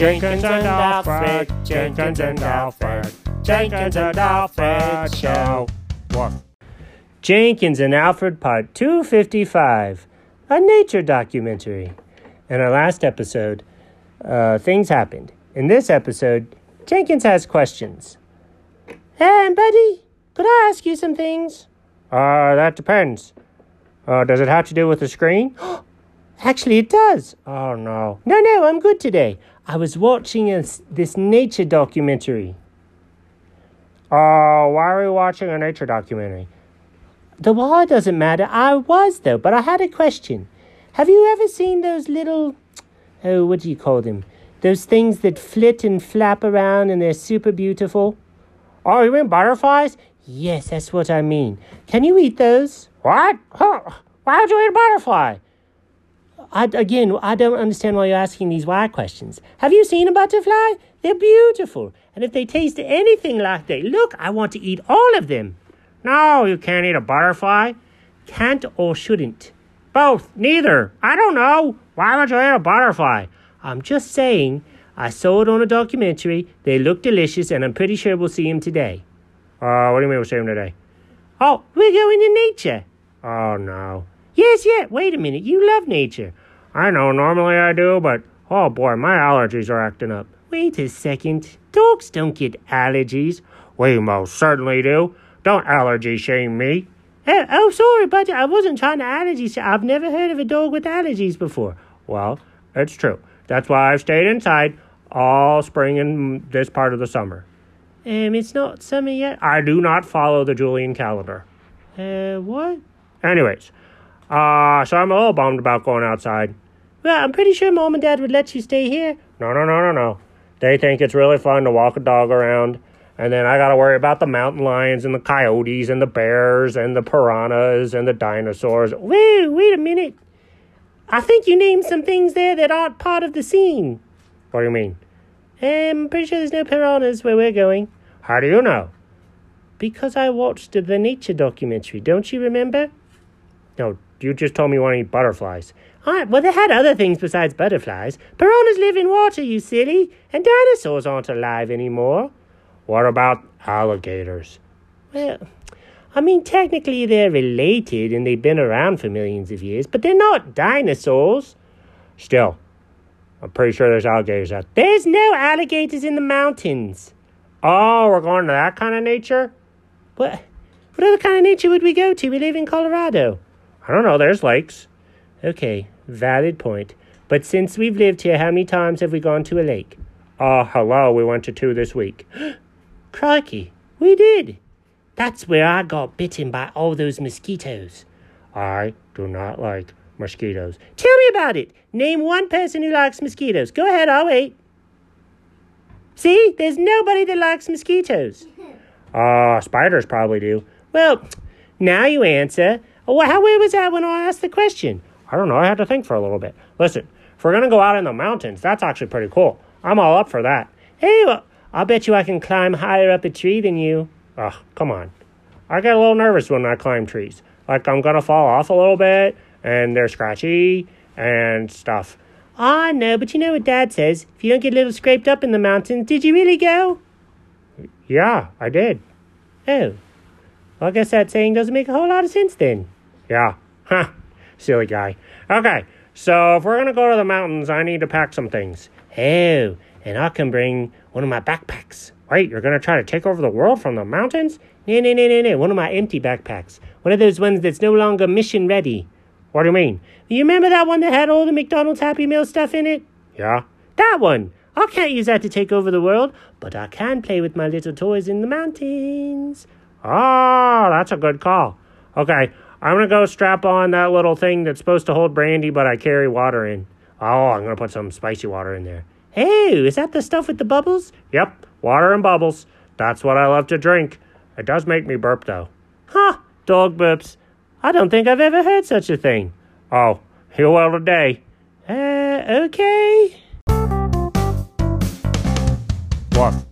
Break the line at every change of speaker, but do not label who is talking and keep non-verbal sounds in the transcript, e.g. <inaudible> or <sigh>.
Jenkins and Alfred, Jenkins and Alfred, Jenkins and Alfred Show. What? Jenkins and Alfred Part 255, a nature documentary. In our last episode, uh, things happened. In this episode, Jenkins has questions. Hey, buddy, could I ask you some things? Uh, that depends. Uh, does it have to do with the screen? <gasps> Actually, it does. Oh, no. No, no, I'm good today. I was watching a s this nature documentary. Oh, why are we watching a nature documentary? The why doesn't matter. I was, though, but I had a question. Have you ever seen those little. Oh, what do you call them? Those things that flit and flap around and they're super beautiful? Oh, you mean butterflies? Yes, that's what I mean. Can you eat those? What? Huh. Why would you eat a butterfly? I, again, I don't understand why you're asking these why questions. Have you seen a butterfly? They're beautiful. And if they taste anything like they look, I want to eat all of them. No, you can't eat a butterfly. Can't or shouldn't? Both. Neither. I don't know. Why would you eat a butterfly? I'm just saying, I saw it on a documentary. They look delicious, and I'm pretty sure we'll see them today. Uh, what do you mean we'll see them today? Oh, we're going to nature. Oh, no. Yes, yeah. Wait a minute. You love nature. I know. Normally I do, but oh boy, my allergies are acting up. Wait a second. Dogs don't get allergies. We most certainly do. Don't allergy shame me. Oh, oh sorry, but I wasn't trying to allergy. sh- I've never heard of a dog with allergies before. Well, it's true. That's why I've stayed inside all spring and this part of the summer. Um, it's not summer yet. I do not follow the Julian calendar. Uh, what? Anyways, uh, so I'm a little bummed about going outside. Well, I'm pretty sure mom and dad would let you stay here. No, no, no, no, no. They think it's really fun to walk a dog around, and then I gotta worry about the mountain lions and the coyotes and the bears and the piranhas and the dinosaurs. Wait, wait a minute. I think you named some things there that aren't part of the scene. What do you mean? I'm pretty sure there's no piranhas where we're going. How do you know? Because I watched the nature documentary, don't you remember? No, you just told me you want to eat butterflies. All right, well, they had other things besides butterflies. Piranhas live in water, you silly, and dinosaurs aren't alive anymore. What about alligators? Well, I mean, technically they're related and they've been around for millions of years, but they're not dinosaurs. Still, I'm pretty sure there's alligators out there. There's no alligators in the mountains. Oh, we're going to that kind of nature? What, what other kind of nature would we go to? We live in Colorado. I don't know. There's lakes. Okay, valid point. But since we've lived here, how many times have we gone to a lake? Oh, hello. We went to two this week. <gasps> Crikey, we did. That's where I got bitten by all those mosquitoes. I do not like mosquitoes. Tell me about it. Name one person who likes mosquitoes. Go ahead, I'll wait. See, there's nobody that likes mosquitoes. Ah, spiders probably do. Well, now you answer. Oh, Well, how weird was that when I asked the question? I don't know. I had to think for a little bit. Listen, if we're going to go out in the mountains, that's actually pretty cool. I'm all up for that. Hey, well, I'll bet you I can climb higher up a tree than you. Ugh, come on. I get a little nervous when I climb trees. Like I'm going to fall off a little bit, and they're scratchy and stuff. Ah, no, but you know what Dad says. If you don't get a little scraped up in the mountains, did you really go? Yeah, I did. Oh. Well, I guess that saying doesn't make a whole lot of sense then. Yeah. Huh. Silly guy. Okay, so if we're gonna go to the mountains, I need to pack some things. Oh, and I can bring one of my backpacks. Wait, you're gonna try to take over the world from the mountains? No, no, no, no, no. One of my empty backpacks. One of those ones that's no longer mission ready. What do you mean? You remember that one that had all the McDonald's Happy Meal stuff in it? Yeah. That one. I can't use that to take over the world, but I can play with my little toys in the mountains. Ah, that's a good call. Okay, I'm gonna go strap on that little thing that's supposed to hold brandy, but I carry water in. Oh, I'm gonna put some spicy water in there. Hey, is that the stuff with the bubbles? Yep, water and bubbles. That's what I love to drink. It does make me burp though. Huh, dog burps. I don't think I've ever heard such a thing. Oh, you will today. Uh, okay. What?